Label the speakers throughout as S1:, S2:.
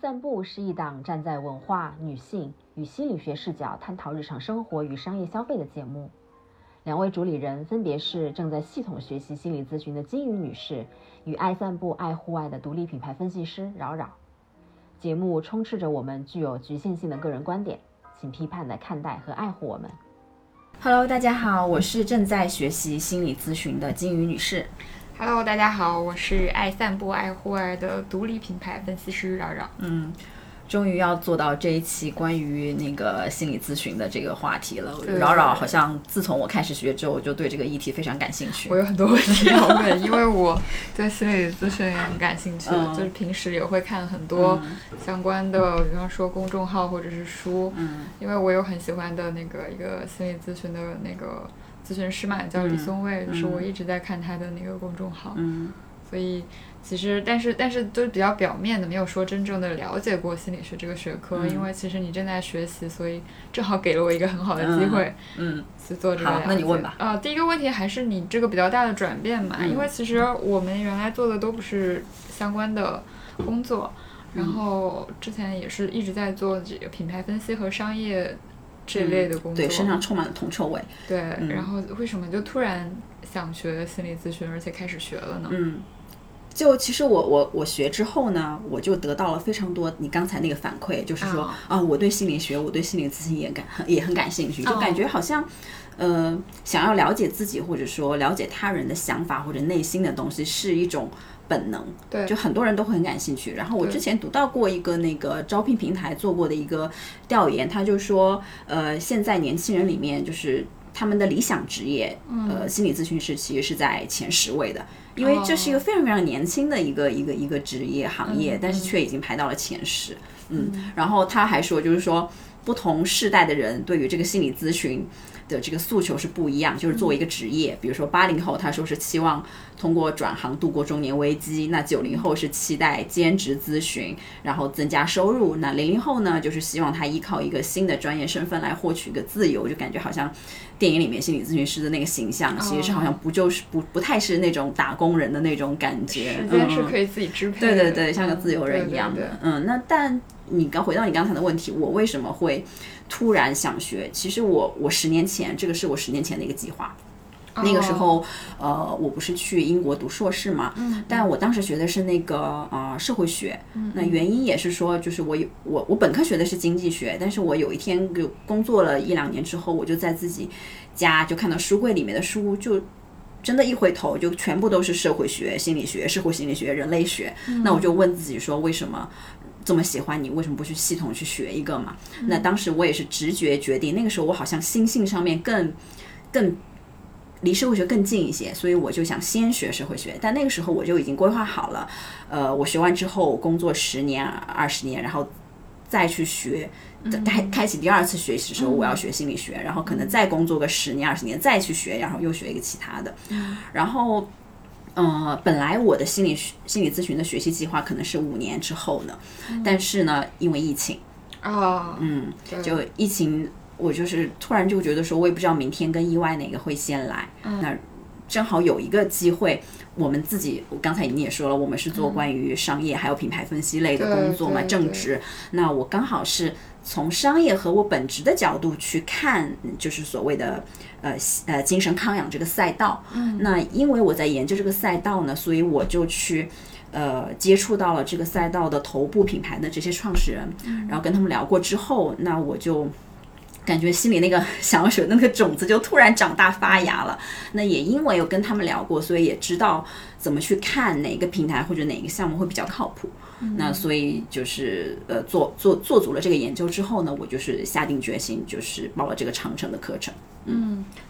S1: 散步是一档站在文化、女性与心理学视角探讨日常生活与商业消费的节目。两位主理人分别是正在系统学习心理咨询的金鱼女士与爱散步、爱户外的独立品牌分析师饶饶。节目充斥着我们具有局限性的个人观点，请批判的看待和爱护我们。
S2: Hello，大家好，我是正在学习心理咨询的金鱼女士。
S3: Hello，大家好，我是爱散步、爱户外的独立品牌分析师饶饶。
S2: 嗯，终于要做到这一期关于那个心理咨询的这个话题了。
S3: 对
S2: 饶饶好像自从我开始学之后，我就对这个议题非常感兴趣
S3: 我。有很多问题要 问，因为我对心理咨询也很感兴趣，
S2: 嗯
S3: 就是平时也会看很多相关的，比方说公众号或者是书，
S2: 嗯
S3: 因为我有很喜欢的那个一个心理咨询的那个咨询师嘛，叫李松蔚，就是我一直在看他的那个公众号，
S2: 嗯
S3: 所以其实，但是但是都是比较表面的，没有说真正的了解过心理学这个学科，
S2: 嗯
S3: 因为其实你正在学习，所以正好给了我一个很好的机会
S2: 嗯
S3: 去做这个、
S2: 好那你问吧。
S3: 啊、第一个问题还是你这个比较大的转变嘛，
S2: 嗯
S3: 因为其实我们原来做的都不是相关的工作，
S2: 嗯
S3: 然后之前也是一直在做这个品牌分析和商业这类的工作，
S2: 嗯对，身上充满了铜臭味。
S3: 对
S2: 嗯
S3: 然后为什么就突然想学心理咨询，而且开始学了呢？
S2: 嗯，就其实我我我学之后呢，我就得到了非常多你刚才那个反馈，就是说
S3: 啊
S2: 啊、我对心理学，我对心理咨询也感很也很感兴趣，就
S3: 哦
S2: 感觉好像。呃，想要了解自己，或者说了解他人的想法或者内心的东西，是一种本能。
S3: 对
S2: 就很多人都会很感兴趣。然后我
S3: 对
S2: 之前读到过一个那个招聘平台做过的一个调研，他就说，呃，现在年轻人里面就是他们的理想职业，呃，心理咨询师其实是在前十位的，因为这是一个非常非常年轻的一个一个一个职业行业，但是却已经排到了前十。嗯，然后他还说，就是说不同世代的人对于这个心理咨询。的这个诉求是不一样，就是作为一个职业，比如说八零后，他说是期望通过转行度过中年危机；那九零后是期待兼职咨询，然后增加收入；那零零后呢，就是希望他依靠一个新的专业身份来获取一个自由，就感觉好像电影里面心理咨询师的那个形
S3: 哦
S2: 象，其实是好像不就是不不太是那种打工人的那种感觉，
S3: 时间是
S2: 嗯
S3: 可以嗯自己支配
S2: 对
S3: 的，
S2: 对对，像个自由人一样的。嗯，那但你刚回到你刚才的问题，我为什么会突然想学？其实我我十年前，这个是我十年前的一个计划。那个时候，呃，我不是去英国读硕士嘛，但我当时学的是那个呃社会学，那原因也是说，就是我有我我本科学的是经济学，但是我有一天就工作了一两年之后，我就在自己家就看到书柜里面的书就。真的，一回头就全部都是社会学、心理学、社会心理学、人类学。那我就问自己说，为什么这么喜欢你？为什么不去系统去学一个嘛？那当时我也是直觉决定，那个时候我好像心性上面更更离社会学更近一些，所以我就想先学社会学。但那个时候我就已经规划好了，呃，我学完之后工作十年、二十年，然后再去学。开开启第二次学习的时候，我要学心理学，然后可能再工作个十年二十年，再去学，然后又学一个其他的。然后，呃，本来我的心理学心理咨询的学习计划可能是五年之后呢，但是呢，因为疫情，
S3: 啊，
S2: 嗯，
S3: 对
S2: 就疫情，我就是突然就觉得说，我也不知道明天跟意外哪个会先来。
S3: 嗯
S2: 那正好有一个机会，我们自己，我刚才你也说了，我们是做关于商业还有品牌分析类的
S3: 嗯对
S2: 工作嘛，
S3: 对
S2: 正
S3: 对
S2: 职。那我刚好是从商业和我本职的角度去看，就是所谓的呃呃精神康养这个赛道。
S3: 嗯
S2: 那因为我在研究这个赛道呢，所以我就去。呃，接触到了这个赛道的头部品牌的这些创始人，然后跟他们聊过之后，那我就感觉心里那个想要学的那个种子就突然长大发芽了。那也因为有跟他们聊过，所以也知道怎么去看哪个平台或者哪个项目会比较靠谱。
S3: 嗯
S2: 那所以就是呃，做做做足了这个研究之后呢，我就是下定决心，就是报了这个长城的课程。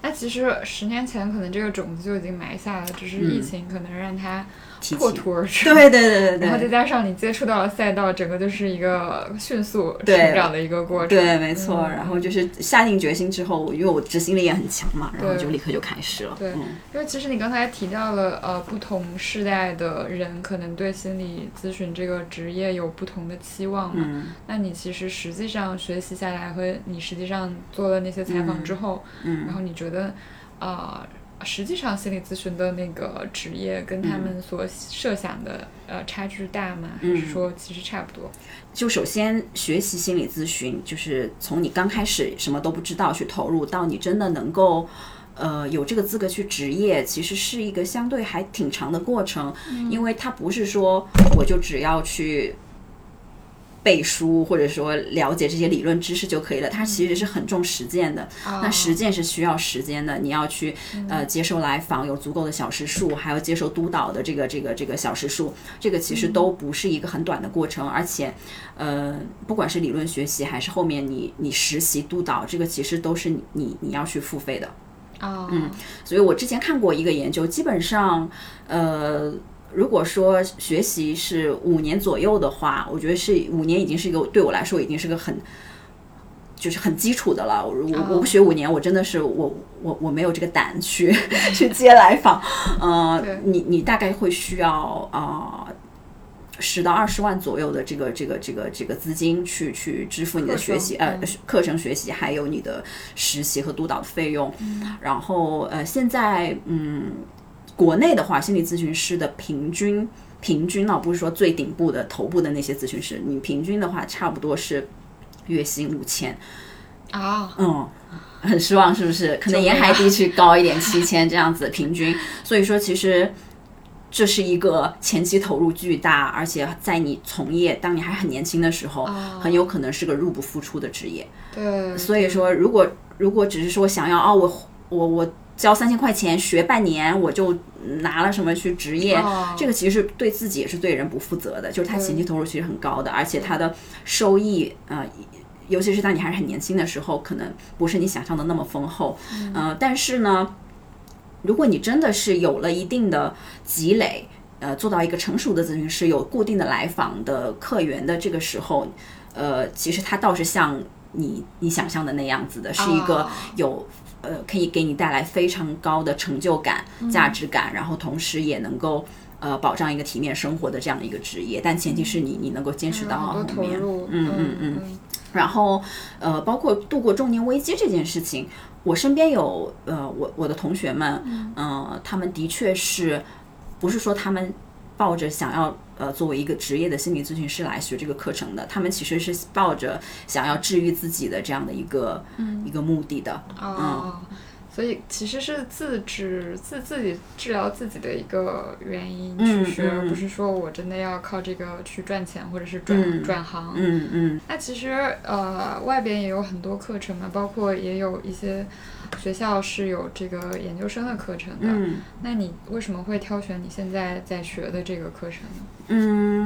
S3: 那其实十年前可能这个种子就已经埋下了，只是
S2: 嗯
S3: 疫情可能让它
S2: 提
S3: 破
S2: 起
S3: 土而出。
S2: 对对对
S3: 然
S2: 对
S3: 后再
S2: 对，
S3: 加上你接触到了赛道，整个就是一个迅速
S2: 对
S3: 成长的一个过程。
S2: 对，没错。
S3: 嗯
S2: 然后就是下定决心之后，因为我执行力也很强嘛，然后
S3: 对
S2: 就立刻就开始了。
S3: 对
S2: 嗯
S3: 因为其实你刚才提到了，呃，不同世代的人可能对心理咨询这个职业有不同的期望嘛。
S2: 嗯
S3: 那你其实实际上学习下来和你实际上做了那些采访之后，
S2: 嗯
S3: 然后你觉得，呃，实际上心理咨询的那个职业跟
S2: 嗯
S3: 他们所设想的、呃差距大吗？还
S2: 嗯
S3: 是说其实差不多？
S2: 就首先学习心理咨询，就是从你刚开始什么都不知道去投入，到你真的能够。呃，有这个资格去执业，其实是一个相对还挺长的过程，因为它不是说我就只要去背书或者说了解这些理论知识就可以了，它其实是很重实践的。嗯
S3: 哦啊
S2: 那实践是需要时间的，你要去呃接受来访，有足够的小时数，还要接受督导的这个这个这个小时数，这个其实都不是一个很短的过程，而且呃，不管是理论学习还是后面你你实习督导，这个其实都是你你你要去付费的。
S3: 哦，嗯，
S2: 所以我之前看过一个研究，基本上，呃，如果说学习是五年左右的话，我觉得是五年已经是一个对我来说已经是个很，就是很基础的了。我我不学五年，我真的是我我我没有这个胆去 去接来访。呃，你你大概会需要啊。呃十到二十万左右的这个这个这个这个资金去去支付你的学习呃课程学习，还有你的实习和督导的费用。
S3: 嗯
S2: 然后呃，现在嗯，国内的话，心理咨询师的平均平均啊呢、不是说最顶部的头部的那些咨询师，你平均的话差不多是月薪五千，
S3: 啊，
S2: 嗯，很失望是不是？可能沿海地区高一点，七千这样子平均。所以说，其实这是一个前期投入巨大，而且在你从业当你还很年轻的时候，
S3: 哦
S2: 很有可能是个入不敷出的职业。
S3: 对，
S2: 所以说，如果如果只是说想要哦，我我我交三千块钱学半年，我就拿了什么去职业，
S3: 哦
S2: 这个其实是对自己也是对人不负责的，就是他前期投入其实很高的，而且他的收益呃。尤其是当你还是很年轻的时候，可能不是你想象的那么丰厚，嗯、呃，但是呢，如果你真的是有了一定的积累，呃，做到一个成熟的咨询师，有固定的来访的客源的这个时候，呃，其实它倒是像你你想象的那样子的，是一个
S3: 哦
S2: 有、呃可以给你带来非常高的成就感、
S3: 嗯
S2: 价值感，然后同时也能够呃保障一个体面生活的这样的一个职业，但前提是你你能够坚持到
S3: 嗯很
S2: 后
S3: 多投
S2: 面，
S3: 入，
S2: 嗯嗯嗯。
S3: 嗯
S2: 然后呃，包括度过中年危机这件事情，我身边有呃，我我的同学们，嗯、呃，他们的确是不是说他们抱着想要呃作为一个职业的心理咨询师来学这个课程的，他们其实是抱着想要治愈自己的这样的一个、一个目的的，
S3: 哦，
S2: 嗯
S3: 所以其实是自治自自己治疗自己的一个原因
S2: 嗯
S3: 去学，而
S2: 嗯
S3: 不是说我真的要靠这个去赚钱或者是转、
S2: 嗯
S3: 转行。
S2: 嗯嗯
S3: 那其实呃，外边也有很多课程嘛，包括也有一些学校是有这个研究生的课程的。
S2: 嗯
S3: 那你为什么会挑选你现在在学的这个课程
S2: 嗯
S3: 呢？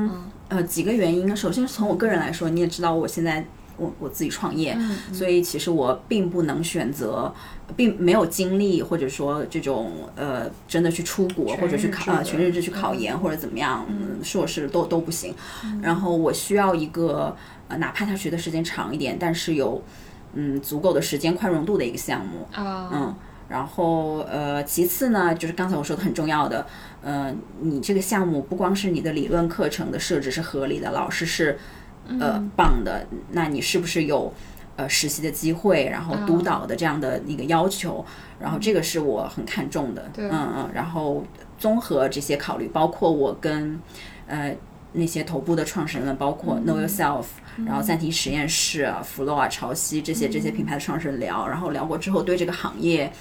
S3: 嗯
S2: 呃几个原因，首先是从我个人来说，你也知道我现在我我自己创业，
S3: 嗯嗯
S2: 所以其实我并不能选择，并没有精力，或者说这种呃，真的去出国
S3: 全
S2: 或者去
S3: 日制
S2: 考呃
S3: 的
S2: 全日制去考研或者怎么样，嗯硕士都都不行。
S3: 嗯
S2: 然后我需要一个呃，哪怕他学的时间长一点，但是有嗯足够的时间宽容度的一个项目。
S3: 啊、
S2: 嗯，然后呃，其次呢，就是刚才我说的很重要的，呃，你这个项目不光是你的理论课程的设置是合理的，老师是呃
S3: 嗯
S2: 棒的，那你是不是有呃实习的机会，然后督导的这样的一个要求，然后这个是我很看重的，
S3: 对
S2: 嗯嗯，然后综合这些考虑，包括我跟呃。那些头部的创始人们，包括 Know Yourself，、然后暂停实验室、啊、福洛啊、潮汐这些这些品牌的创始人聊，然后聊过之后，对这个行业，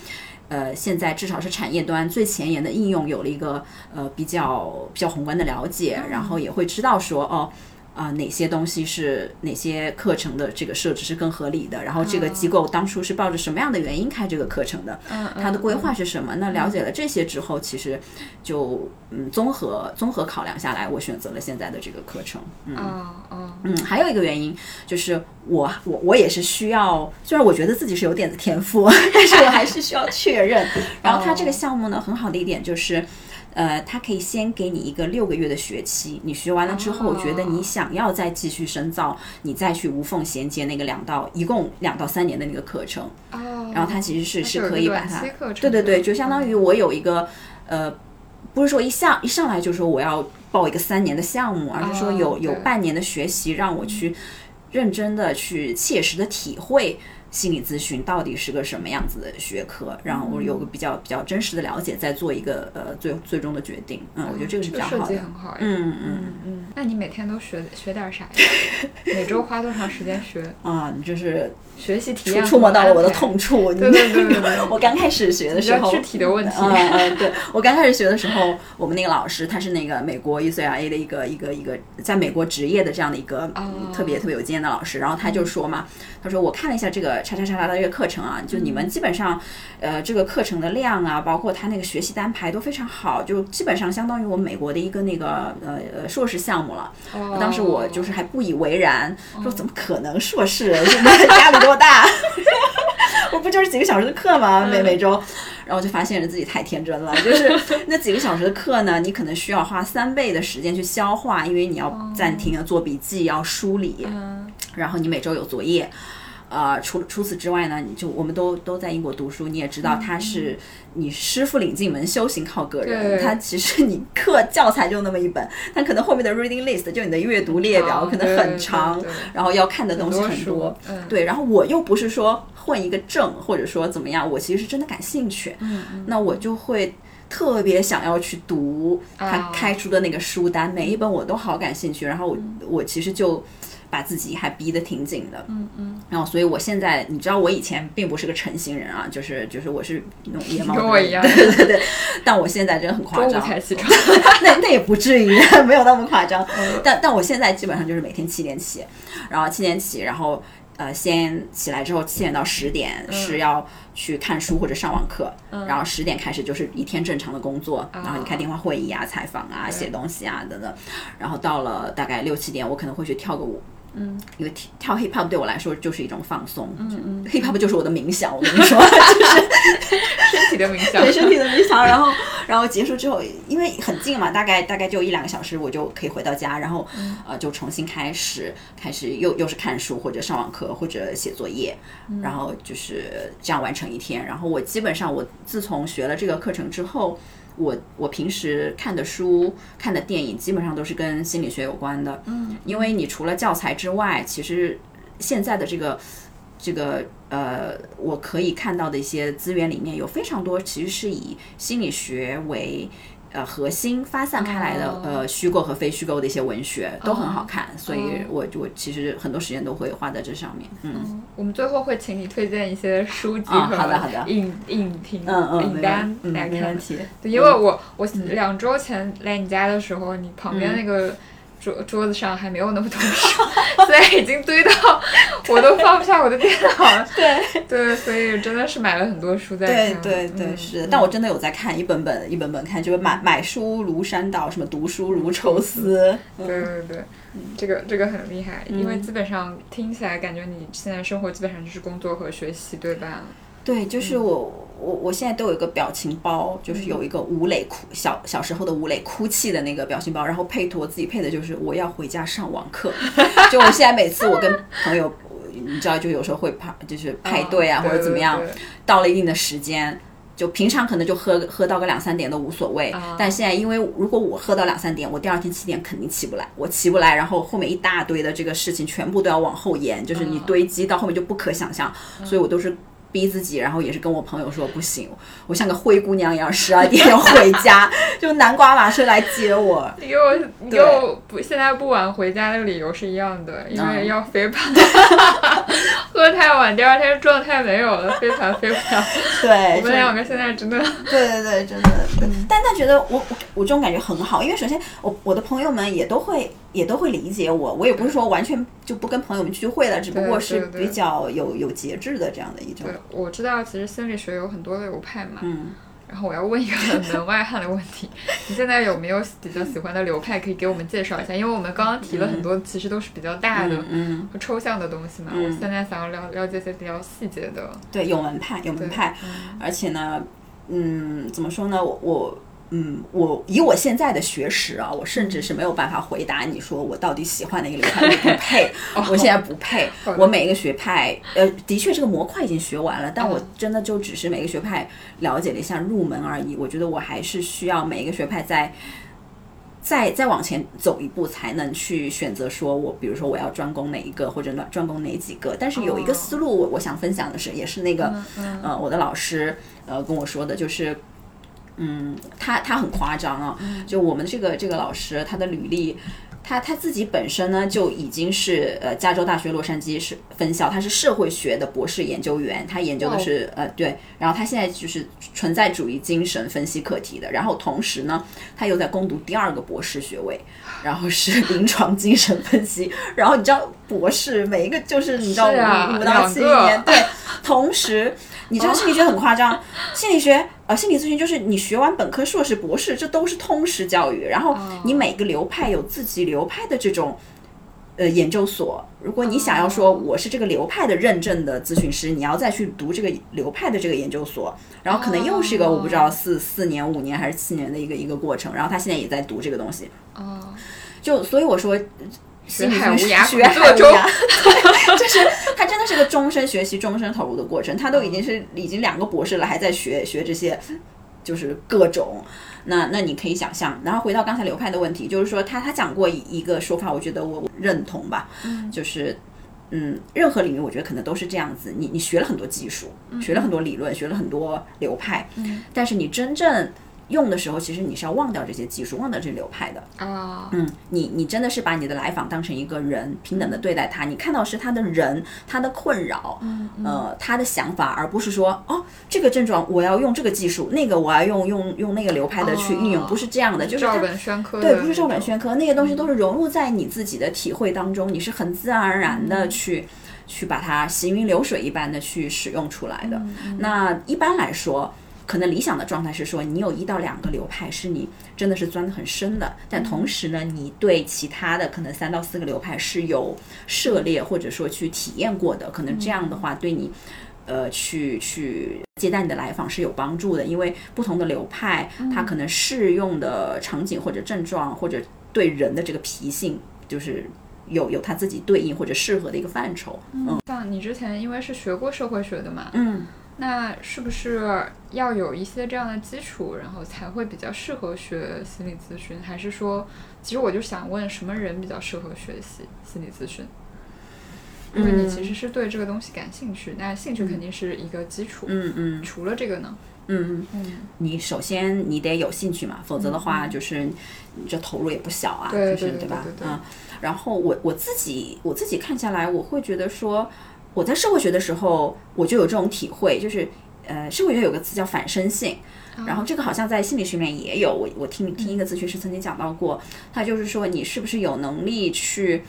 S2: 呃，现在至少是产业端最前沿的应用有了一个呃比较比较宏观的了解，然后也会知道说哦。啊、哪些东西是哪些课程的这个设置是更合理的？然后这个机构当初是抱着什么样的原因开这个课程的？
S3: 嗯，
S2: 它的规划
S3: 嗯
S2: 是什么？那了解了这些之后，其实就嗯综合综合考量下来，我选择了现在的这个课程。嗯
S3: 嗯啊啊
S2: 嗯，还有一个原因就是我我我也是需要，虽然我觉得自己是有点子天赋， 但是我还是需要确认。 然
S3: 哦
S2: 后它这个项目呢，很好的一点就是。呃，它可以先给你一个六个月的学期，你学完了之后，
S3: 哦
S2: 觉得你想要再继续深造，你再去无缝衔接那个两到一共两到三年的那个课程。
S3: 哦，
S2: 然后它其实是
S3: 它
S2: 是
S3: 有一
S2: 可
S3: 个
S2: 以把
S3: 短
S2: 它
S3: 期，课程
S2: 对对对，
S3: 的嗯
S2: 就相当于我有一个呃，不是说一下一上来就说我要报一个三年的项目，而是说有
S3: 哦
S2: 有
S3: 对
S2: 半年的学习让我去认真的去切实的体会。心理咨询到底是个什么样子的学科，让我
S3: 嗯
S2: 有个比较比较真实的了解，再做一个呃最最终的决定。嗯，我觉得这个是比较好
S3: 设
S2: 的。
S3: 计很好呀。
S2: 嗯嗯
S3: 嗯嗯，那你每天都学学点 啥呀？每周花多长时间学？
S2: 啊，你就是
S3: 学习体
S2: 触
S3: 验
S2: 触摸到了我的
S3: 和安排
S2: 痛处。
S3: 对对对对对
S2: 我刚开始学的
S3: 比
S2: 时
S3: 较
S2: 候，
S3: 具体的问题。
S2: 嗯 嗯，对我刚开始学的时候，我们那个老师他是那个美国 UCLA 的一个一个一个在美国职业的这样的一个、嗯
S3: 哦嗯
S2: 特别特别有经验的老师，然后他就说嘛，他说我看了一下这个叉叉叉叉的这个课程啊，就你
S3: 嗯
S2: 们基本上呃这个课程的量啊，包括他那个学习单排都非常好，就基本上相当于我们美国的一个那个呃呃硕士项目了。
S3: 哦
S2: 当时我就是还不以为然，说怎么可能硕士？ 这压力多大？ 我不就是几个小时的课吗？每每周，然后我就发现自己太天真了，就是那几个小时的课呢，你可能需要花三倍的时间去消化，因为你要暂停要做笔记，要梳理，
S3: 嗯
S2: 然后你每周有作业。呃，除除此之外呢，你就我们都都在英国读书，你也知
S3: 嗯
S2: 道他是、你师傅领进门，修行靠个人。
S3: 对
S2: 他其实你课教材就那么一本，但可能后面的 reading list 就你的阅读列表
S3: 长
S2: 可能
S3: 啊对
S2: 很
S3: 对
S2: 长
S3: 对，
S2: 然后要看的东西
S3: 很多
S2: 很
S3: 书
S2: 多。
S3: 嗯
S2: 对，然后我又不是说混一个证或者说怎么样，我其实是真的感兴趣，
S3: 嗯
S2: 那我就会。特别想要去读他
S3: 啊
S2: 开出的那个书单，每一本我都好感兴趣。然后我、
S3: 嗯
S2: 我其实就把自己还逼得挺紧的，
S3: 嗯嗯，
S2: 然后，所以我现在，你知道，我以前并不是个成型人啊，就是就是我是那种夜猫子，
S3: 跟我一样
S2: 对对对。但我现在真的很夸
S3: 中午
S2: 张，
S3: 才 起床。
S2: 那那也不至于， 没有那么夸张。 但但我现在基本上就是每天七点起，然后七点起，然后呃，先起来之后七点到十点是要去看书或者上网课，然后十点开始就是一天正常的工作，然后你开电话会议啊、采访啊、写东西啊等等，然后到了大概六七点，我可能会去跳个舞。嗯，因为跳跳 hip hop 对我来说就是一种放松，嗯嗯，hip hop 就是我的冥想，我跟你说，
S3: 身体的冥想
S2: 对。身体的冥想，然后 然后结束之后，因为很近嘛，大概大概就一两个小时，我就可以回到家，然后呃就重新开始，开始又又是看书或者上网课或者写作业，然后就是这样完成一天。然后我基本上我自从学了这个课程之后。我我平时看的书、看的电影，基本上都是跟心理学有关的。嗯，因为你除了教材之外，其实现在的这个这个呃，我可以看到的一些资源里面有非常多，其实是以心理学为呃核心发散开来的、
S3: 哦
S2: 呃虚构和非虚构的一些文学都很好看，所以
S3: 哦
S2: 我我其实很多时间都会花在这上面。嗯
S3: 我们最后会请你推荐一些书籍
S2: 啊
S3: 和
S2: 好的好的
S3: 影影评、
S2: 嗯嗯，
S3: 影
S2: 没
S3: 单
S2: 问
S3: 来
S2: 嗯没
S3: 看
S2: 问。题。嗯
S3: 对，因为我我两周前来你家的时候，你旁
S2: 嗯
S3: 边那个桌桌子上还没有那么多书， 现在已经堆到我都放不下我的电脑 了。对对，所以真的是买了很多书在
S2: 对
S3: 看。
S2: 对对，
S3: 嗯
S2: 是的，但我真的有在看，一本本一本本看，就是买买书如山倒，什么读书如抽丝。
S3: 对对对，
S2: 嗯
S3: 这个这个很厉害，因为基本上听起来感觉你现在生活基本上就是工作和学习，对吧？
S2: 对，
S3: 嗯
S2: 就是我我我现在都有一个表情包，就是
S3: 嗯
S2: 有一个吴磊哭小小时候的吴磊哭泣的那个表情包，然后配图我自己配的就是我要回家上网 课。就我现在每次我跟朋友，你知道，就有时候会派就是派对啊、
S3: 嗯
S2: 或者怎么样，
S3: 对对对
S2: 到了一定的时间。就平常可能就喝喝到个两三点都无所谓，
S3: 啊
S2: 但现在因为如果我喝到两三点，我第二天七点肯定起不来，我起不来，然后后面一大堆的这个事情全部都要往后延，就是你
S3: 啊
S2: 堆积到后面就不可想象，所以我都是逼自己，然后也是跟我朋友说不行，我像个灰姑娘一样，十二点要回家， 就南瓜马车来接我。
S3: 你 给我，你给我不现在不晚回家的理由是一样的，因
S2: 嗯
S3: 为要飞盘， 喝太晚，第二天状态没有了，飞盘飞不了。
S2: 对，
S3: 我们
S2: 就
S3: 两个现在真的，
S2: 对对对，真的。对嗯但他觉得我我我这种感觉很好，因为首先我我的朋友们也都会也都会理解我，我也不是说完全就不跟朋友们聚会了，只不过是
S3: 对对
S2: 比较有有节制的这样的一种
S3: 对。我知道其实心理学有很多流派嘛。
S2: 嗯，
S3: 然后我要问一个很门外汉的问 题，你现在有没有比较喜欢的流派可以给我们介绍一下？因为我们刚刚提了很多，其实都是比较大的
S2: 嗯
S3: 和抽象的东西嘛。
S2: 嗯
S3: 我现在想要了了解一些比较细节的。
S2: 对，有门派有门
S3: 对
S2: 派，而且呢，嗯，怎么说呢，我我。嗯，我以我现在的学识啊，我甚至是没有办法回答你说我到底喜欢哪个流派，我不 配，
S3: 哦
S2: 我现在不配。
S3: 好的
S2: 我每一个学派，呃，的确这个模块已经学完了，但我真的就只是每个学派了解了一下入门而已。我觉得我还是需要每一个学派在再再往前走一步，才能去选择说我，比如说我要专攻哪一个，或者专专攻哪几个。但是有一个思路，我我想分享的是，也是那个、
S3: 嗯嗯
S2: 呃，我的老师呃跟我说的，就是。嗯，他他很夸张啊！就我们这个这个老师，他的履历，他他自己本身呢就已经是呃加州大学洛杉矶是分校，他是社会学的博士研究员，他研究的是、呃对，然后他现在就是存在主义精神分析课题的，然后同时呢，他又在攻读第二个博士学位，然后是临床精神分析， 然后你知道博士每一个就是你知道
S3: 是啊
S2: 五五到七
S3: 两个
S2: 年，对，同时你知道心理学很夸 张，心理学呃心理咨询就是你学完本科、硕士、博士，这都是通识教育，然后
S3: 哦
S2: 你每个流派有自己流派的这种。呃，研究所，如果你
S3: 哦
S2: 想要说我是这个流派的认证的咨询师，你要再去读这个流派的这个研究所，然后可能又是一个我不知
S3: 哦
S2: 道四四年、五年还是七年的一个一个过程。然后他现在也在读这个东西，
S3: 哦，
S2: 就所以我说，
S3: 学海无涯
S2: 学海
S3: 苦作
S2: 无
S3: 舟
S2: 涯， 对，就是他真的是个终身学习、终身投入的过程。他都已
S3: 哦
S2: 经是已经两个博士了，还在学学这些，就是各种。那那你可以想象，然后回到刚才流派的问题，就是说他他讲过一个说法，我觉得我我认同吧，就是嗯，任何领域我觉得可能都是这样子。你你学了很多技术，学了很多理论，学了很多流派，但是你真正用的时候，其实你是要忘掉这些技术，忘掉这些流派的。
S3: 啊，
S2: 嗯，你你真的是把你的来访当成一个人，平等的对待他，你看到是他的人，他的困扰，呃，他的想法，而不是说哦，这个症状我要用这个技术，那个我要用用用那个流派的去运用，
S3: 哦
S2: 不是这样的，就是
S3: 照
S2: 他。
S3: 本宣科的那
S2: 对，
S3: 种，
S2: 不是照本宣科，那些东西都是融入在你自己的体会当中，你是很自然而然
S3: 嗯
S2: 的去、去把它行云流水一般的去使用出来的。
S3: 嗯
S2: 那一般来说，可能理想的状态是说，你有一到两个流派是你真的是钻得很深的，但同
S3: 嗯
S2: 时呢，你对其他的可能三到四个流派是有涉猎或者说去体验过的，可能这
S3: 嗯
S2: 样的话对你。呃，去去接待你的来访是有帮助的，因为不同的流派，它
S3: 嗯
S2: 可能适用的场景或者症状，或者对人的这个脾性，就是有有它自己对应或者适合的一个范畴。嗯
S3: 像你之前因为是学过社会学的嘛，
S2: 嗯，
S3: 那是不是要有一些这样的基础，然后才会比较适合学心理咨询？还是说，其实我就想问，什么人比较适合学习心理咨询？因为
S2: 嗯
S3: 你其实是对这个东西感兴趣，那兴趣肯定是一个基础。
S2: 嗯嗯
S3: 除了这个呢？
S2: 嗯嗯，
S3: 嗯，
S2: 你首先你得有兴趣嘛，否则的话就是你这投入也不小啊，
S3: 对
S2: 就是
S3: 对对
S2: 吧
S3: 对？对
S2: 嗯，然后我我自己我自己看下来，我会觉得说，我在社会学的时候我就有这种体会，就是呃，社会学有个词叫反身性。
S3: 啊
S2: 然后这个好像在心理学里面也有，我我听听一个咨询师曾经讲到过，他就是说你是不是有能力去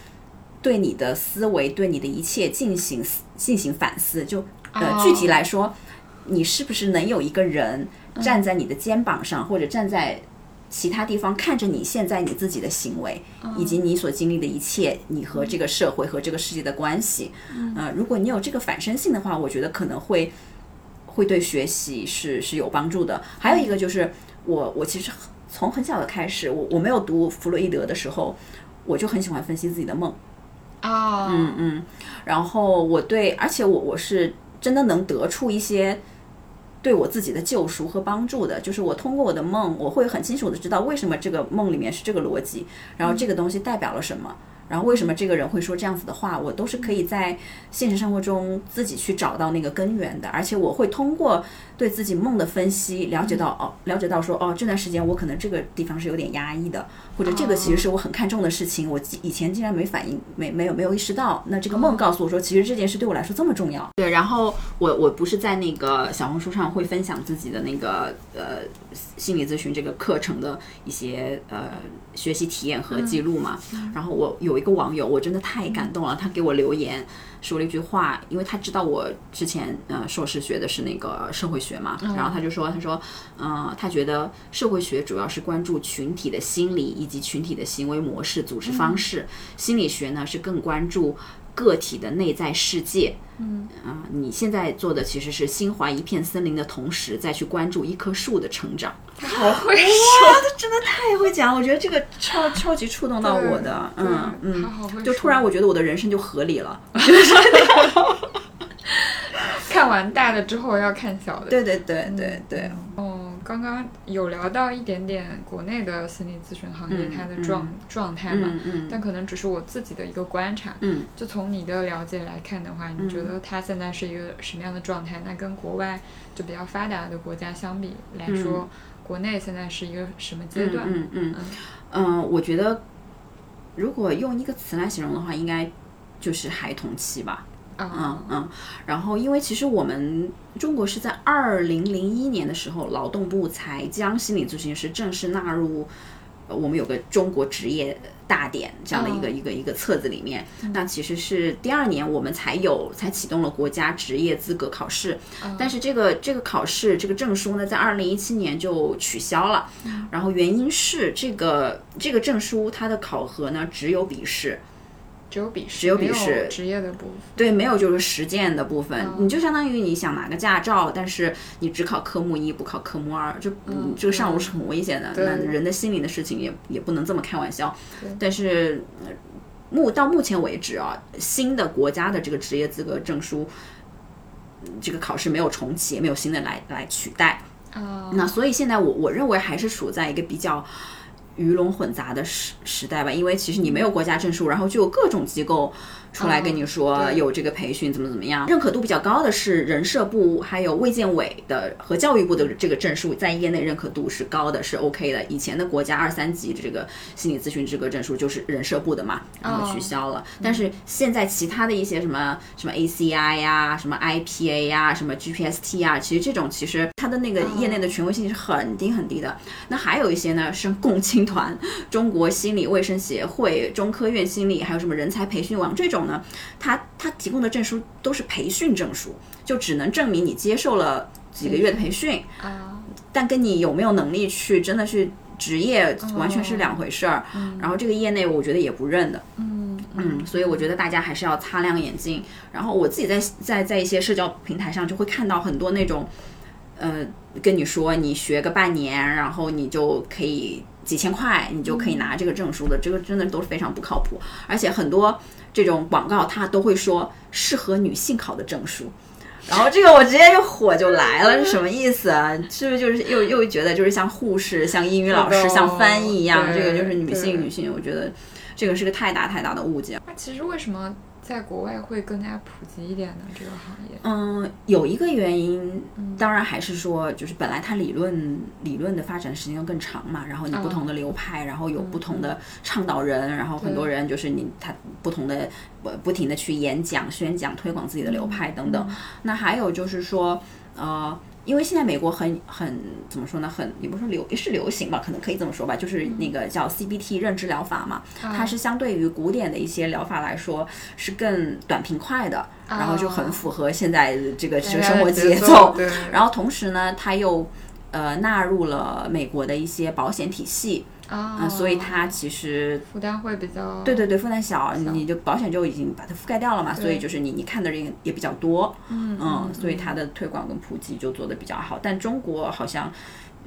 S2: 对你的思维、对你的一切进行进行反思？就呃，
S3: 哦
S2: 具体来说，你是不是能有一个人站在你的肩膀上，或者站在其他地方看着你现在你自己的行为，以及你所经历的一切，你和这个社会和这个世界的关系。嗯、呃，如果你有这个反身性的话，我觉得可能会会对学习是是有帮助的。还有一个就是，我我其实很从很小的开始，我我没有读弗洛伊德的时候，我就很喜欢分析自己的梦。
S3: 啊，
S2: 嗯嗯，然后我对，而且我我是真的能得出一些对我自己的救赎和帮助的，就是我通过我的梦，我会很清楚的知道为什么这个梦里面是这个逻辑，然后这个东西代表了什么。然后为什么这个人会说这样子的话，我都是可以在现实生活中自己去找到那个根源的，而且我会通过对自己梦的分析，了解到哦，了解到说哦，这段时间我可能这个地方是有点压抑的，或者这个其实是我很看重的事情，我以前竟然没反应，没没有没有意识到。那这个梦告诉我说，其实这件事对我来说这么重要。哦对，然后我我不是在那个小红书上会分享自己的那个呃心理咨询这个课程的一些呃学习体验和记录嘛。然后我有一个网友，我真的太感动了，他给我留言说了一句话，因为他知道我之前呃硕士学的是那个社会学嘛，然后他就说，他说，嗯、他觉得社会学主要是关注群体的心理以及群体的行为模式、组织方式，心理学呢是更关注个体的内在世界。嗯啊、你现在做的其实是心怀一片森林的同时，再去关注一棵树的成长。
S3: 好会
S2: 哇，
S3: 说，
S2: 他真的太会讲，我觉得这个超超级触动到
S3: 对
S2: 我的，
S3: 对
S2: 嗯
S3: 他好会
S2: 嗯，就
S3: 说
S2: 突然我觉得我的人生就合理了，
S3: 看完大的之后要看小的。
S2: 对对对对对，
S3: 哦，刚刚有聊到一点点国内的心理咨询行业
S2: 嗯
S3: 它的
S2: 嗯
S3: 状、状态嘛，
S2: 嗯嗯
S3: 但可能只是我自己的一个观察。
S2: 嗯，
S3: 就从你的了解来看的话，你觉得它现在是一个什么样的状态？那跟国外就比较发达的国家相比来说，国内现在是一个什么阶段？
S2: 嗯嗯嗯、呃我觉得如果用一个词来形容的话，应该就是孩童期吧。嗯
S3: 啊，
S2: 嗯，然后因为其实我们中国是在二零零一年的时候，劳动部才将心理咨询师正式纳入呃我们有个中国职业大典这样的一个、
S3: 哦
S2: 一个一个册子里面。那其实是第二年我们才有才启动了国家职业资格考试，但是这个这个考试这个证书呢，在二零一七年就取消了，然后原因是这个这个证书它的考核呢只有笔试，
S3: 只有笔试，
S2: 只有笔
S3: 没
S2: 试
S3: 职业的部分。
S2: 对，没有就是实践的部分，
S3: 哦
S2: 你就相当于你想拿个驾照，但是你只考科目一，不考科目二，就、嗯
S3: 嗯、
S2: 这个上路是很危险的。
S3: 对
S2: 那人的心灵的事情也也不能这么开玩笑
S3: 对。
S2: 但是呃目到目前为止啊，新的国家的这个职业资格证书，嗯这个考试没有重启，也没有新的来来取代。
S3: 啊、
S2: 那所以现在我我认为还是处在一个比较鱼龙混杂的时时代吧，因为其实你没有国家证书，然后就有各种机构出来跟你
S3: 嗯
S2: 说
S3: 对
S2: 有这个培训怎么怎么样。认可度比较高的是人社部还有卫健委的和教育部的这个证书，在业内认可度是高的，是 OK 的。以前的国家二三级这个心理咨询资格证书就是人社部的嘛，然后
S3: 哦
S2: 取消了。但是现在其他的一些什么什么 ACI 呀、啊什么 IPA 呀、啊什么 GPST 呀、啊其实这种其实它的那个业内的权威性是很低很低的。那还有一些呢，是共青团、中国心理卫生协会、中科院心理，还有什么人才培训网这种呢，它它提供的证书都是培训证书，就只能证明你接受了几个月的培训，
S3: 啊，
S2: 但跟你有没有能力去真的去职业完全是两回事儿。然后这个业内我觉得也不认的，
S3: 嗯
S2: 嗯，所以我觉得大家还是要擦亮眼睛。然后我自己在在在一些社交平台上就会看到很多那种，呃，跟你说你学个半年，然后你就可以几千块，你就可以拿这个证书的，这个真的都是非常不靠谱。而且很多这种广告它都会说适合女性考的证书。然后这个我直接就火就来了，是什么意思啊？是不是就是又又觉得就是像护士、像英语老
S3: 是
S2: 师、
S3: 的
S2: 像翻译一样，这
S3: 对
S2: 个就是女
S3: 对
S2: 性女性，我觉得这个是个太大太大的误解。
S3: 那其实为什么在国外会更加普及一点呢？这个行业，嗯
S2: 嗯，有一个原因，当然还是说，就是本来它理论理论的发展时间就更长嘛，然后你不同的流派，然后有不同的倡导人，然后很多人就是你他不同的不不停的去演讲、宣讲、推广自己的流派等
S3: 嗯
S2: 等。那还有就是说，呃。因为现在美国很很怎么说呢，很也不是说流是流行吧，可能可以这么说吧，就是那个叫 CBT 认知疗法嘛，
S3: 嗯
S2: 它是相对于古典的一些疗法来说是更短平快的，然后就很符合哦现在这个这个生活节奏。
S3: 对，
S2: 然后同时呢，它又呃纳入了美国的一些保险体系，
S3: 啊、
S2: 嗯、所以它其实。
S3: 负担会比较
S2: 对对对，负担小，你就保险就已经把它覆盖掉了嘛，所以就是你你看的人也比较多，嗯所以它的推广跟普及就做的比较好。但中国好像，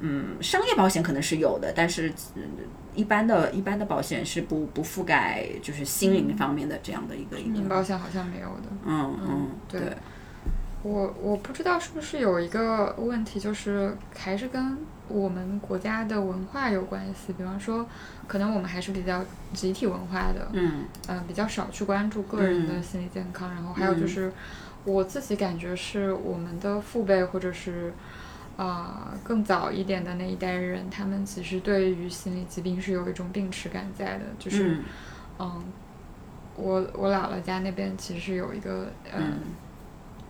S2: 嗯，商业保险可能是有的，但是、嗯一般的一般的保险是不不覆盖就是心灵方面的这样的一个一
S3: 民
S2: 个，
S3: 嗯保险好像没有的。
S2: 嗯嗯，
S3: 对我我不知道是不是有一个问题，就是还是跟我们国家的文化有关系。比方说，可能我们还是比较集体文化的，
S2: 嗯
S3: 呃，比较少去关注个人的心理健康。然后还有
S2: 嗯
S3: 就是，我自己感觉是我们的父辈或者是啊、呃更早一点的那一代人，他们其实对于心理疾病是有一种病耻感在的，就是
S2: 嗯
S3: 嗯，我我姥姥家那边其实有一个
S2: 嗯
S3: 呃，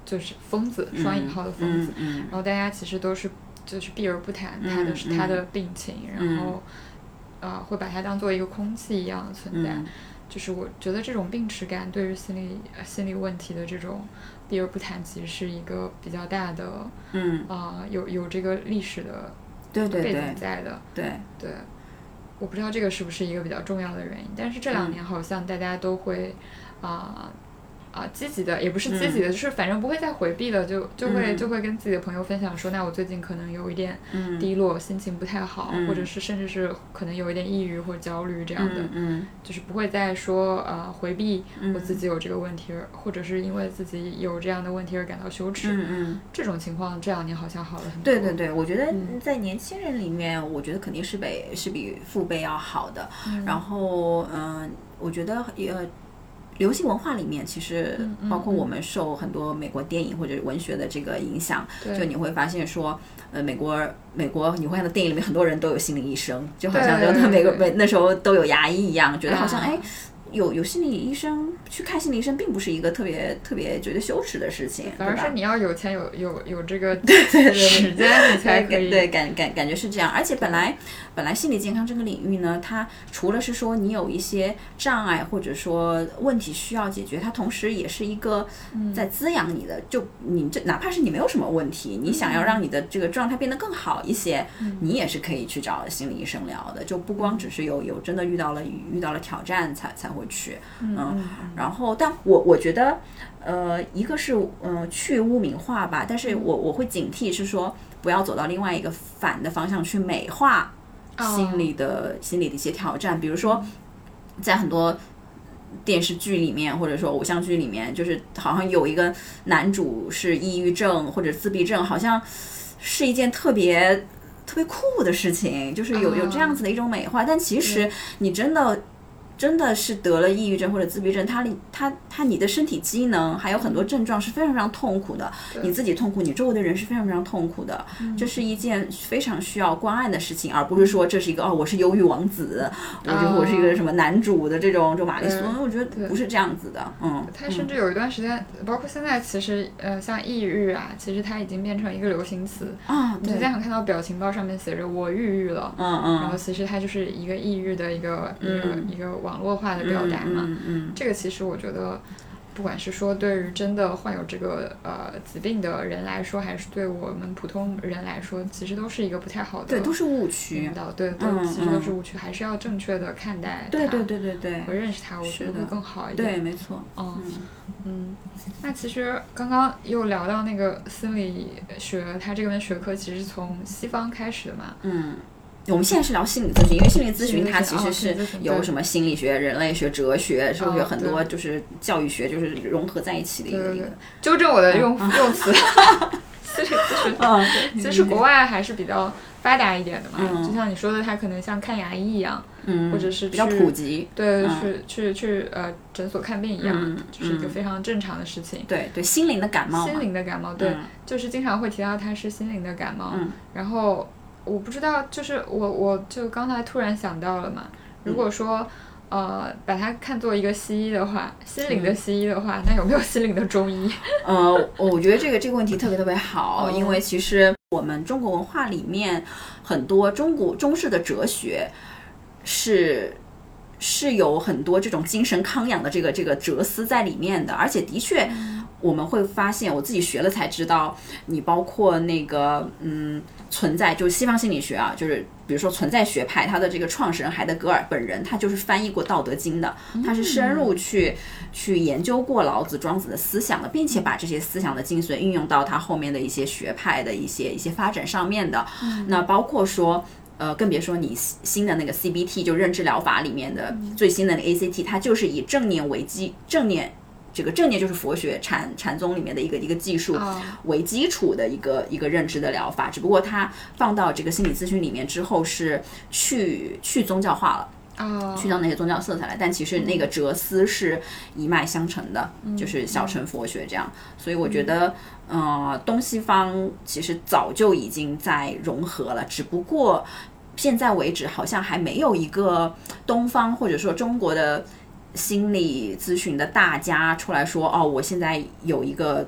S3: 就是疯子，双引号的疯子，
S2: 嗯
S3: 然后大家其实都是就是避而不谈
S2: 嗯
S3: 他的、是
S2: 嗯
S3: 他的病情，
S2: 嗯
S3: 然后啊、呃会把它当做一个空气一样的存在。
S2: 嗯
S3: 就是我觉得这种病耻感对于心理呃心理问题的这种避而不谈，其实是一个比较大的
S2: 嗯，
S3: 啊、呃有有这个历史的
S2: 对对
S3: 背
S2: 对
S3: 景在的。
S2: 对，
S3: 对，我不知道
S2: 嗯
S3: 这个是不是一个比较重要的原因，但是这两年好像大家都会啊、啊、积极的，也不是积
S2: 嗯
S3: 极的，就是反正不会再回避了，就就会、就会跟自己的朋友分享说，那我最近可能有一点
S2: 嗯
S3: 低落，心情不太好，或者是甚至是可能有一点抑郁或者焦虑这样的，
S2: 嗯
S3: 就是不会再说呃回避我自己有这个问题，而或者是因为自己有这样的问题而感到羞耻。
S2: 嗯嗯，
S3: 这种情况这两年好像好了很多。
S2: 对对对，我觉得
S3: 嗯
S2: 在年轻人里面，我觉得肯定是比是比父辈要好的。
S3: 嗯
S2: 然后，嗯、我觉得呃，流行文化里面其实
S3: 嗯
S2: 包括
S3: 嗯
S2: 我们受很多美国电影或者文学的这个影响，
S3: 对
S2: 就你会发现说，呃，美国美国你会看到电影里面很多人都有心理医生，就好像
S3: 对
S2: 就
S3: 对
S2: 他每个
S3: 对
S2: 每那时候都有牙医一样，觉得好像
S3: 啊
S2: 哎。有有心理医生去看心理医生，并不是一个特别特别觉得羞耻的事情，
S3: 反
S2: 对
S3: 而
S2: 吧
S3: 是你要有钱有有有这个
S2: 对
S3: 时间，你才可
S2: 对
S3: 以
S2: 对感感感觉是这样，而且本来本来心理健康这个领域呢，它除了是说你有一些障碍或者说问题需要解决，它同时也是一个
S3: 嗯
S2: 在滋养你的。就你这哪怕是你没有什么问题，你想
S3: 嗯
S2: 要让你的这个状态变得更好一些，你也是可以去找心理医生聊的，就不
S3: 嗯
S2: 光只是有有真的遇到了遇到了挑战才才会去。
S3: 嗯嗯
S2: 然后，但我我觉得，呃，一个是呃去污名化吧，但
S3: 嗯
S2: 是我我会警惕是说不要走到另外一个反的方向去美化
S3: 哦
S2: 心理的、心理的一些挑战，比如说在很多。电视剧里面，或者说偶像剧里面，就是好像有一个男主是抑郁症或者自闭症，好像是一件特别特别酷的事情，就是
S3: 啊
S2: 有有这样子的一种美化。但其实你真的真的是得了抑郁症或者自闭症，它里它它你的身体机能还有很多症状是非常非常痛苦的，你自己痛苦，你周围的人是非常非常痛苦的，
S3: 嗯
S2: 这是一件非常需要关爱的事情，而不是说这是一个哦我是忧郁王子，我觉得我是一个什么男主的这种这种玛丽苏，
S3: 啊对
S2: 我觉得不是这样子的，嗯，
S3: 他甚至有一段时间，包括现在，其实呃，像抑郁啊，其实它已经变成一个流行词。
S2: 啊，
S3: 你
S2: 对
S3: 就，经常看到表情包上面写着“我抑郁了”，
S2: 嗯
S3: 然后
S2: 嗯，
S3: 其实它就是一个抑郁的一个、
S2: 嗯
S3: 一个一个网络化的表达嘛。
S2: 嗯嗯
S3: 这个其实我觉得，不管是说对于真的患有这个呃疾病的人来说，还是对我们普通人来说，其实都是一个不太好的
S2: 对，都是误区
S3: 引，导，对，都、
S2: 嗯
S3: 其实都
S2: 嗯
S3: 是误区，还是要正确的看待它
S2: 对对对对对
S3: 和认识它，我
S2: 是
S3: 觉得
S2: 的
S3: 会更好一点。
S2: 对，没错，
S3: 哦，嗯，那其实刚刚又聊到那个心理学，它这个门学科其实从西方开始的嘛。
S2: 嗯，我们现在是聊心理咨询，因为心理咨询它其实
S3: 心理咨询
S2: 是
S3: 哦心理咨询
S2: 有
S3: 对
S2: 什么心理学、人类学、哲学，是不是有
S3: 哦
S2: 很
S3: 对
S2: 多就是教育学，就是融合在一起的一
S3: 对
S2: 个
S3: 对
S2: 一
S3: 对
S2: 个。，
S3: 纠正我的用用词， 心理咨询。
S2: 嗯，
S3: 其实国外还是比较发达一点的嘛，
S2: 嗯
S3: 就像你说的，它可能像看牙医一样，
S2: 嗯，
S3: 或者是
S2: 比较
S3: 去
S2: 普及。
S3: 对，
S2: 嗯
S3: 去去去呃诊所看病一样，
S2: 嗯
S3: 就是一个
S2: 嗯
S3: 非常正常的事情。
S2: 对对，心灵的感冒嘛
S3: 心灵的感冒，对，
S2: 嗯
S3: 就是经常会提到它是心灵的感冒。
S2: 嗯
S3: 然后我不知道，就是我我就刚才突然想到了嘛，
S2: 嗯
S3: 如果说、呃把它看作一个西医的话，心灵
S2: 嗯
S3: 的西医的话，那有没有心灵的中医？
S2: 呃，我觉得这个这个问题特别特别好，
S3: 哦
S2: 因为其实我们中国文化里面很多中国中式的哲学是。是有很多这种精神康养的这个这个哲思在里面的，而且的确，我们会发现，我自己学了才知道，你包括那个嗯存在，就是西方心理学啊，就是比如说存在学派，它的这个创始人海德格尔本人，他就是翻译过《道德经》的，他是深入去去研究过老子、庄子的思想的，并且把这些思想的精髓运用到他后面的一些学派的一些一些发展上面的。那包括说。呃，更别说你新新的那个 CBT，就认知疗法里面的最新的那个 ACT，它就是以正念为基，正念这个正念就是佛学禅禅宗里面的一个一个技术，
S3: 啊，
S2: 为基础的一个一个认知的疗法，只不过它放到这个心理咨询里面之后是去去宗教化了，
S3: 啊，
S2: 去掉那些宗教色彩了，但其实那个哲思是一脉相承的，就是小乘佛学这样。所以我觉得，呃，东西方其实早就已经在融合了，只不过现在为止好像还没有一个东方或者说中国的心理咨询的大家出来说，哦，我现在有一个。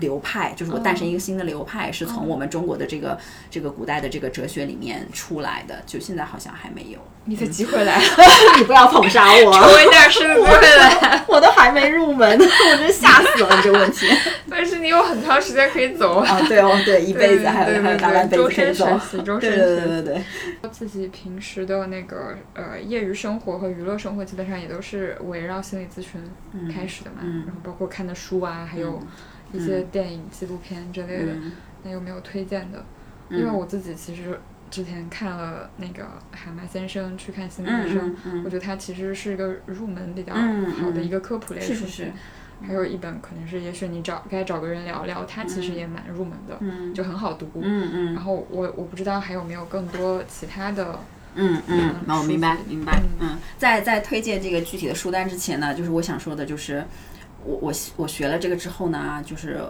S2: 流派，就是我诞生一个新的流派，是从我们中国的这个这个古代的这个哲学里面出来的，就现在好像还没有。
S3: 你的机会来了，
S1: 你不要捧杀我，
S3: 我一点是不会来。
S1: 我都还没入门，我真吓死了你这个问题。
S3: 但是你有很长时间可以走
S2: 啊，对哦，对，一辈子还
S3: 对
S2: 有还
S3: 对
S2: 有大半
S3: 对，
S2: 辈
S3: 周
S2: 子可以
S3: 身
S2: 走
S3: 学。习，周
S2: 对
S3: 身
S2: 对
S3: 学
S2: 对
S3: 习。
S2: 对对，
S3: 自己平时的那个呃业余生活和娱乐生活，基本上也都是围绕心理咨询开始的嘛。
S2: 嗯
S3: 然后包括看的书啊，还有一些电影、纪录片之类的。
S2: 嗯
S3: 那有没有推荐的？因为我自己其实之前看了那个《蛤蟆先生去看心理医生》
S2: 嗯嗯嗯
S3: 我觉得它其实是一个入门比较
S2: 嗯
S3: 好的
S2: 嗯
S3: 一个科普类
S2: 是
S3: 书
S2: 是
S3: 籍。
S2: 是，
S3: 还有一本可能是，也许你找该找个人聊聊，它其实也蛮入门的，
S2: 嗯
S3: 就很好读。
S2: 嗯嗯
S3: 然后我我不知道还有没有更多其他的，
S2: 嗯嗯，那我明白
S3: 书籍
S2: 明白。嗯，在在推荐这个具体的书单之前呢，就是我想说的，就是我我我学了这个之后呢，就是。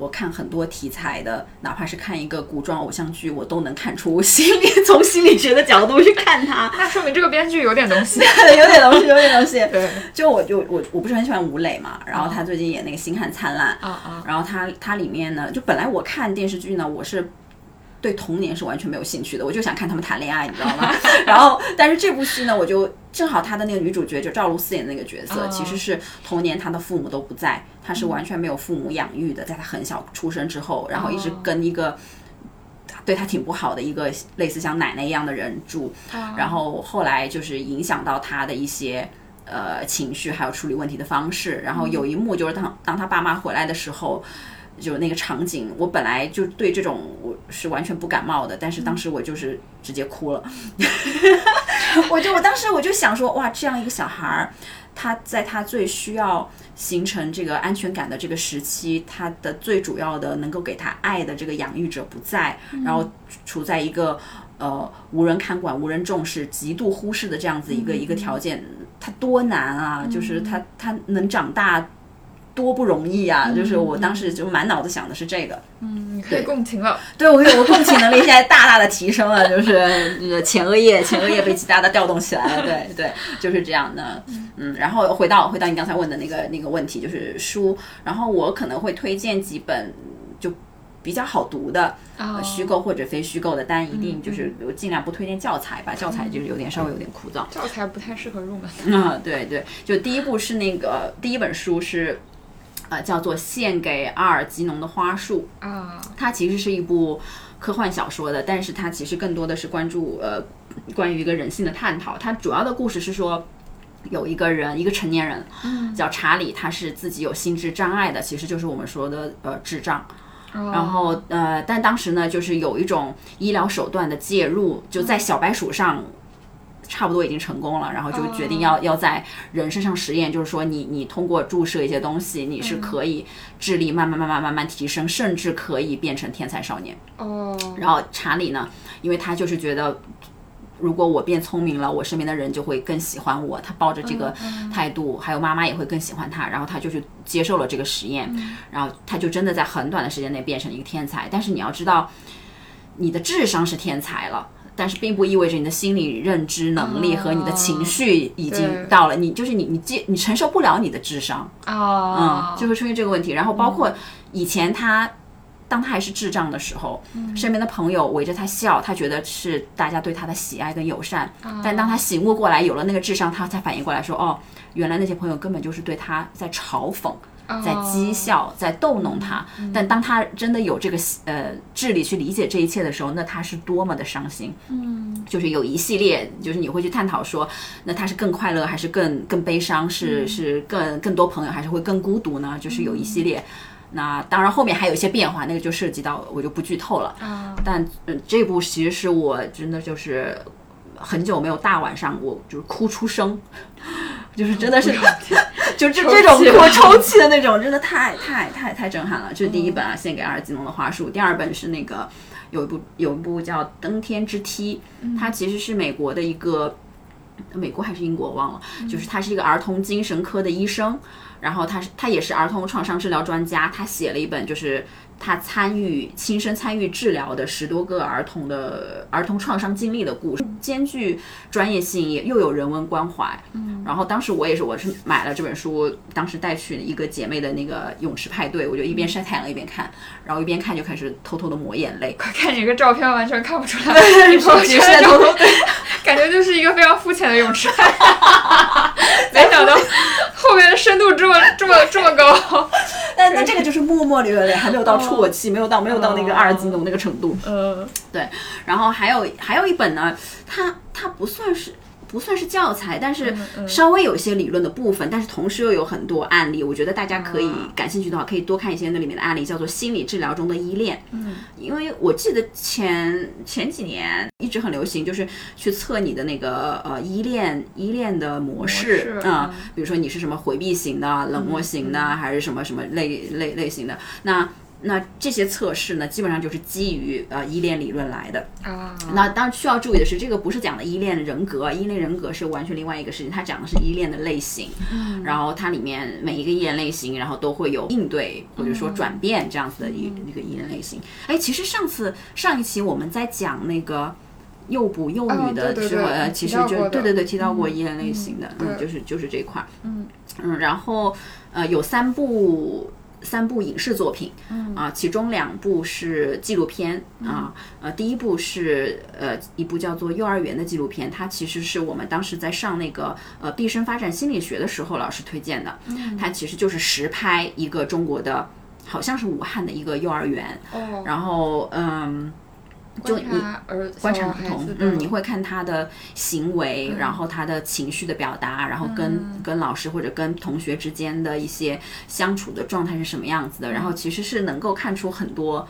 S2: 我看很多题材的，哪怕是看一个古装偶像剧，我都能看出心理从心理学的角度去看 它，
S3: 那说明这个编剧有点东 西。
S2: 有点东西，有点东西。
S3: 对，
S2: 就我就我我不是很喜欢吴磊嘛，然后他最近演那个《星汉灿烂》，
S3: 啊啊，
S2: 然后它它里面呢，就本来我看电视剧呢，我是。对童年是完全没有兴趣的，我就想看他们谈恋爱，你知道吗？ 然后，但是这部戏呢，我就正好他的那个女主角就赵露思演的那个角色，
S3: 哦
S2: 其实是童年她的父母都不在，她是完全没有父母养育的，在她很小出生之后，然后一直
S3: 哦
S2: 跟一个对她挺不好的一个类似像奶奶一样的人住，
S3: 哦
S2: 然后后来就是影响到他的一些呃情绪，还有处理问题的方式。然后
S3: 嗯
S2: 有一幕就是当当他爸妈回来的时候。就那个场景，我本来就对这种我是完全不感冒的，但是当时我就是直接哭了。我就我当时我就想说，哇，这样一个小孩儿，他在他最需要形成这个安全感的这个时期，他的最主要的能够给他爱的这个养育者不在，然后处在一个呃无人看管、无人重视、极度忽视的这样子一个、一个条件，他多难啊！就是他他能长大。多不容易啊！就是我当时就满脑子想的是这个，
S3: 嗯，你可以共情了。
S2: 对我我共情能力现在大大的提升了，就是呃前额叶前额叶被极大的调动起来了，对对，就是这样的，嗯，然后回到回到你刚才问的那个那个问题，就是书，然后我可能会推荐几本就比较好读的，
S3: 啊，
S2: 呃虚构或者非虚构的，但一定
S3: 嗯
S2: 就是我尽量不推荐教材吧，教材就是有点稍微有点枯燥。
S3: 教材不太适合入门。
S2: 嗯，对对，就第一部是那个第一本书是，呃，叫做《献给阿尔吉农的花束》，
S3: 啊，
S2: 它其实是一部科幻小说的，但是它其实更多的是关注呃关于一个人性的探讨。它主要的故事是说。有一个人，一个成年人，叫查理，他是自己有心智障碍的，其实就是我们说的呃智障。然
S3: 然
S2: 后呃，但当时呢，就是有一种医疗手段的介入，就在小白鼠上。差不多已经成功了，然后就决定要、要在人身上实验，就是说你你通过注射一些东西，你是可以智力慢慢慢慢慢慢提升，甚至可以变成天才少年。
S3: 哦，
S2: 然后查理呢，因为他就是觉得，如果我变聪明了，我身边的人就会更喜欢我。他抱着这个态度，还有妈妈也会更喜欢他。然后他就去接受了这个实验，然后他就真的在很短的时间内变成一个天才。但是你要知道，你的智商是天才了。但是并不意味着你的心理认知能力和你的情绪已经
S3: 对
S2: 到了，你就是你你接你承受不了你的智商，
S3: 啊，
S2: 嗯就会出现这个问题。然后包括以前他。当他还是智障的时候，身边的朋友围着他笑，他觉得是大家对他的喜爱跟友善。但当他醒悟过来，有了那个智商，他才反应过来说：“哦，原来那些朋友根本就是对他在嘲讽、在
S3: 哦
S2: 讥笑、在逗弄他。”但当他真的有这个呃智力去理解这一切的时候，那他是多么的伤心。就是有一系列，就是你会去探讨说，那他是更快乐还是更更悲伤，是是更更多朋友还是会更孤独呢？就是有一系列。那当然，后面还有一些变化，那个就涉及到我就不剧透了。
S3: 啊
S2: 但嗯、这部其实是我真的就是很久没有大晚上我就是哭出声， 就是真的是就这这种
S3: 抽泣
S2: 给我 抽泣的那种，真的太太太太震撼了。这是第一
S3: 嗯
S2: 本啊，献给阿尔吉农的花束。第二本是那个有一部有一部叫《登天之梯》，
S3: 嗯
S2: 它其实是美国的一个。美国还是英国我忘了，
S3: 嗯
S2: 就是他是一个儿童精神科的医生，然后他是他也是儿童创伤治疗专家，他写了一本就是他参与亲身参与治疗的十多个儿童的儿童创伤经历的故事，兼具专业性，也又有人文关怀。嗯，然后当时我也是，我是买了这本书，当时带去一个姐妹的那个泳池派对，我就一边晒太阳一边看，然后一边看就开始偷偷的抹眼泪。
S3: 我看你这个照片完全看不出 来，你朋友
S2: 局
S3: 圈
S2: 限
S3: 照
S2: 偷
S3: 片
S2: 偷
S3: 感觉就是一个非常肤浅的 泳池，没想到后面的深度这么 这么这么高。
S2: 但但这个就是默默流眼泪，还没有到啜泣，没有到没有到那个阿尔基农那个程度。
S3: 嗯
S2: 然后还有还有一本呢，它它不算是不算是教材，但是稍微有一些理论的部分，但是同时又有很多案例。我觉得大家可以
S3: 啊
S2: 感兴趣的话，可以多看一些那里面的案例，叫做《心理治疗中的依恋》。嗯，因为我记得前前几年一直很流行，就是去测你的那个呃依恋依恋的模式嗯
S3: 式
S2: 啊、
S3: 嗯
S2: 比如说你是什么回避型的、冷漠型的，还是什么什么类类类型的那。那这些测试呢，基本上就是基于呃依恋理论来的。
S3: 啊，
S2: 那当然需要注意的是，这个不是讲的依恋人格，依恋人格是完全另外一个事情，它讲的是依恋的类型，
S3: 嗯
S2: 然后它里面每一个依恋类型，然后都会有应对或者说
S3: 嗯
S2: 转变这样子的一、一个依恋类型。哎，其实上次上一期我们在讲那个。诱捕幼女
S3: 哦
S2: 的
S3: 对对
S2: 时候，
S3: 对
S2: 呃，
S3: 提
S2: 其实
S3: 到过
S2: 就
S3: 的
S2: 对对对，提到过依恋类型的，
S3: 嗯
S2: 嗯，
S3: 对
S2: 就是就是这一块，
S3: 嗯
S2: 嗯，然后呃，有三部三部影视作品，
S3: 嗯
S2: 啊，其中两部是纪录片啊，呃，第一部是呃一部叫做《幼儿园》的纪录片，它其实是我们当时在上那个呃毕生发展心理学的时候老师推荐的，
S3: 嗯
S2: 它其实就是实拍一个中国的，好像是武汉的一个幼儿园，
S3: 哦，
S2: 然后嗯。就
S3: 观
S2: 你
S3: 察儿
S2: 观察
S3: 小
S2: 不
S3: 哦孩
S2: 同
S3: 子，的嗯
S2: 嗯，你会看他的行为，然后他的情绪的表达，然后跟、跟老师或者跟同学之间的一些相处的状态是什么样子的，
S3: 嗯
S2: 然后其实是能够看出很多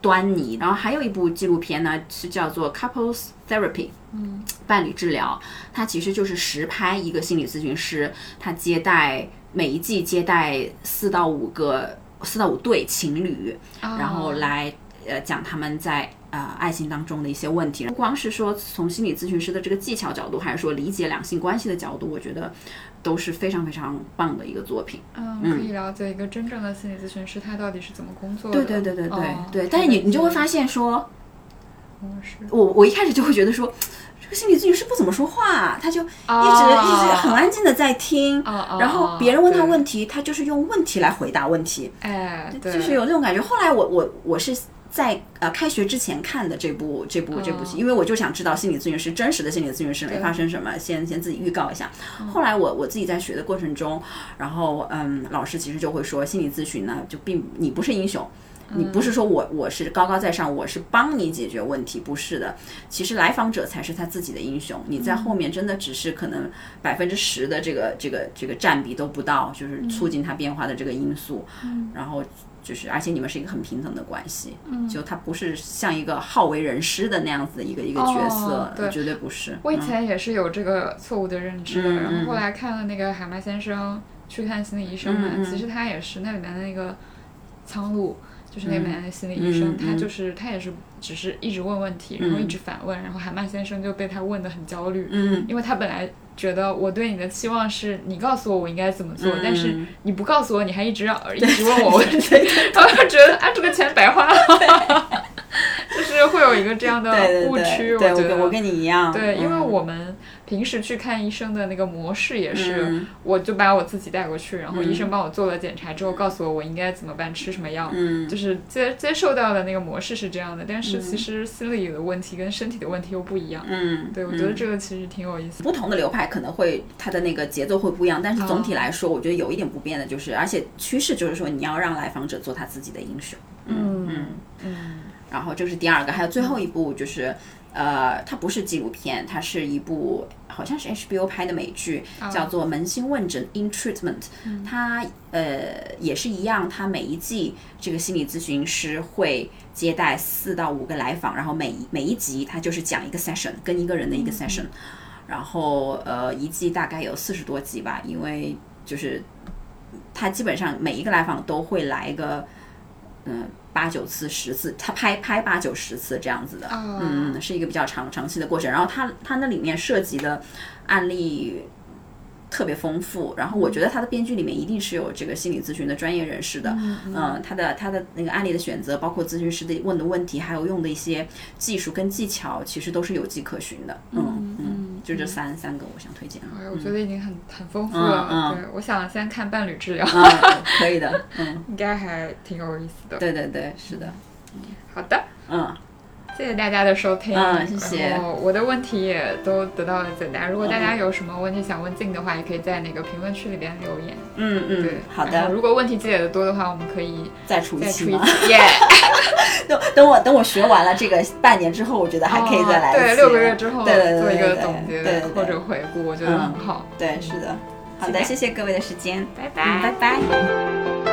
S2: 端倪。然后还有一部纪录片呢，是叫做《Couples Therapy》，嗯，伴侣治疗，它其实就是实拍一个心理咨询师，他接待每一季接待四到五个四到五对情侣，
S3: 啊
S2: 然后来呃讲他们在呃爱情当中的一些问题。不光是说从心理咨询师的这个技巧角度，还是说理解两性关系的角度，我觉得都是非常非常棒的一个作品。
S3: 嗯，可以了解一个真正的心理咨询师他到底是怎么工作的。
S2: 对对对对对
S3: 哦
S2: 对，但是你你就会发现说，
S3: 嗯是
S2: 我我一开始就会觉得说，这个心理咨询师不怎么说话，他就一直、
S3: 哦
S2: 一直很安静的在听。
S3: 啊啊，
S2: 然后别人问他
S3: 对
S2: 问题，他就是用问题来回答问题。
S3: 哎，对，
S2: 就是有那种感觉。后来我我我是在呃开学之前看的这部这部这部戏，因为我就想知道心理咨询师真实的心理咨询师没发生什么，先先自己预告一下。后来我我自己在学的过程中，然后嗯，老师其实就会说，心理咨询呢就并你不是英雄。你不是说我我是高高在上，我是帮你解决问题，不是的。其实来访者才是他自己的英雄，你在后面真的只是可能百分之十的这个这个这个占比都不到，就是促进他变化的这个因素。
S3: 嗯
S2: 然后就是，而且你们是一个很平等的关系，就他不是像一个好为人师的那样子的一个一个角色
S3: 哦，对
S2: 绝对不是。
S3: 我以前也是有这个错误的认知，
S2: 嗯
S3: 然
S2: 嗯
S3: 后后来看了那个《海妈先生去看心理医生》嘛，
S2: 嗯嗯
S3: 其实他也是那里面的那个苍鹭，就是那里面的心理医生，
S2: 嗯嗯
S3: 他就是他也是只是一直问问题，然后一直反问，然后海妈先生就被他问的很焦虑，
S2: 嗯，
S3: 因为他本来觉得我对你的期望是你告诉我我应该怎么做，
S2: 嗯
S3: 但是你不告诉我，你还一直让一直问我问 题， 然后就觉得啊这个钱白花了， 就是会有一个这样的
S2: 对对
S3: 呃误区，
S2: 对，对
S3: 觉
S2: 我
S3: 得
S2: 跟我跟你一样，
S3: 对，因为
S2: 嗯
S3: 我们平时去看医生的那个模式也是，
S2: 嗯
S3: 我就把我自己带过去，然后医生帮我做了检查之后，告诉我我应该怎么办，吃什么药，
S2: 嗯
S3: 就是接接受到的那个模式是这样的。但是其实心理的问题跟身体的问题又不一样。
S2: 嗯，
S3: 对，我觉得这个其实挺有意思的。
S2: 不同的流派可能会它的那个节奏会不一样，但是总体
S3: 哦
S2: 来说，我觉得有一点不变的就是，而且趋势就是说，你要让来访者做他自己的英雄。
S3: 嗯嗯
S2: 然后这是第二个，还有最后一部就是，呃，它不是纪录片，它是一部好像是 HBO 拍的美剧，叫做《扪心问诊 In Treatment》。它呃也是一样，它每一季这个心理咨询师会接待四到五个来访，然后每一每一集它就是讲一个 session，跟一个人的一个 session，、然后呃一季大概有四十多集吧，因为就是他基本上每一个来访都会来个，嗯、八九次、十次，他拍拍八九十次这样子的，
S3: 啊
S2: 嗯，是一个比较长长期的过程。然后他他那里面涉及的案例。特别丰富。然后我觉得他的编剧里面一定是有这个心理咨询的专业人士的，嗯，呃、他的他的那个案例的选择，包括咨询师的问的问题，还有用的一些技术跟技巧，其实都是有迹可循的。嗯嗯，就这三三个，我想推荐。啊嗯
S3: 哎，我觉得已经很很丰富了。对，我想先看伴侣治疗，
S2: 可以的，嗯，
S3: 应该还挺有意思的。
S2: 对对对，是的。
S3: 好的，
S2: 嗯。
S3: 谢谢大家的收听，
S2: 嗯，谢谢。嗯
S3: 然后我的问题也都得到了解答。如果大家有什么问题想问静的话，也可以在那个评论区里边留言。
S2: 嗯嗯，
S3: 对，
S2: 好的。
S3: 如果问题积累的多的话，我们可以
S2: 再
S3: 出
S2: 一
S3: 期。
S2: 耶！
S3: 哦
S2: 等等我等我学完了这个半年之后，我觉得还可以再来。
S3: 哦对，六个月之后
S2: 做
S3: 一个总结或者回
S2: 嗯
S3: 顾，我觉得很好。
S2: 对，是的。好的，谢谢各位的时间，嗯
S3: 拜拜，
S2: 拜拜。